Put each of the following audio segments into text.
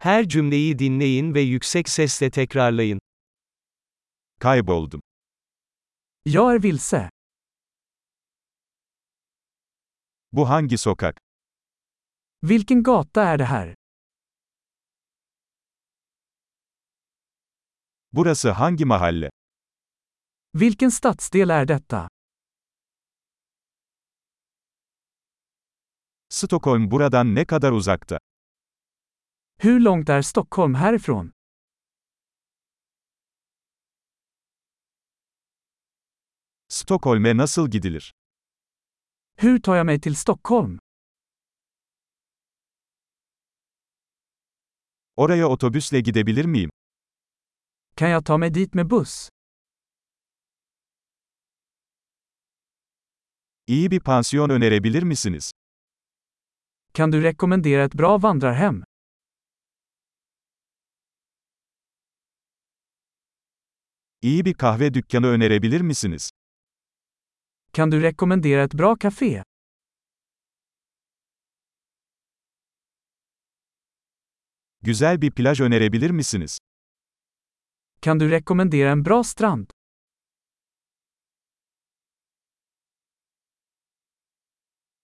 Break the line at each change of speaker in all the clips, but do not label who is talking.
Her cümleyi dinleyin ve yüksek sesle tekrarlayın.
Kayboldum.
Jag är vilse.
Bu hangi sokak?
Vilken gata är det här?
Burası hangi mahalle?
Vilken stadsdel är detta?
Stockholm buradan ne kadar uzakta?
Hur långt är Stockholm härifrån?
Stockholm'e nasıl gidilir?
Hur tar jag mig till Stockholm?
Oraya otobüsle gidebilir miyim?
Kan jag ta mig dit med buss?
İyi bir pansiyon önerebilir misiniz?
Kan du rekommendera ett bra vandrarhem?
İyi bir kahve dükkanı önerebilir misiniz?
Kan du rekommendera ett bra café?
Güzel bir plaj önerebilir misiniz?
Kan du rekommendera en bra strand?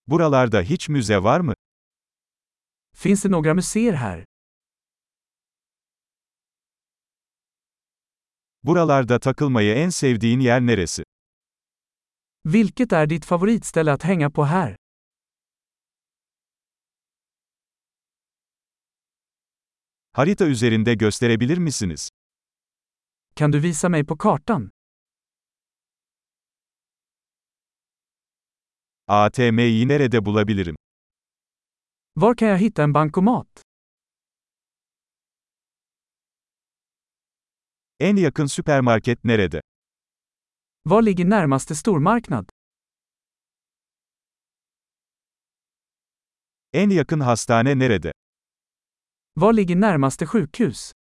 Buralarda hiç müze var mı?
Finns det några museer här?
Buralarda takılmayı en sevdiğin yer neresi?
Vilket är ditt favoritställe att hänga på här?
Harita üzerinde gösterebilir misiniz?
Kan du visa mig på kartan?
ATM'yi nerede bulabilirim?
Var kan jag hitta en bankomat?
En yakın süpermarket nerede?
Var ligger närmaste stormarknad?
En yakın hastane nerede?
Var ligger närmaste sjukhus?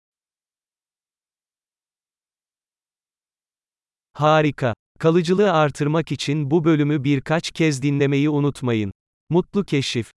Harika. Kalıcılığı artırmak için bu bölümü birkaç kez dinlemeyi unutmayın. Mutlu keşif.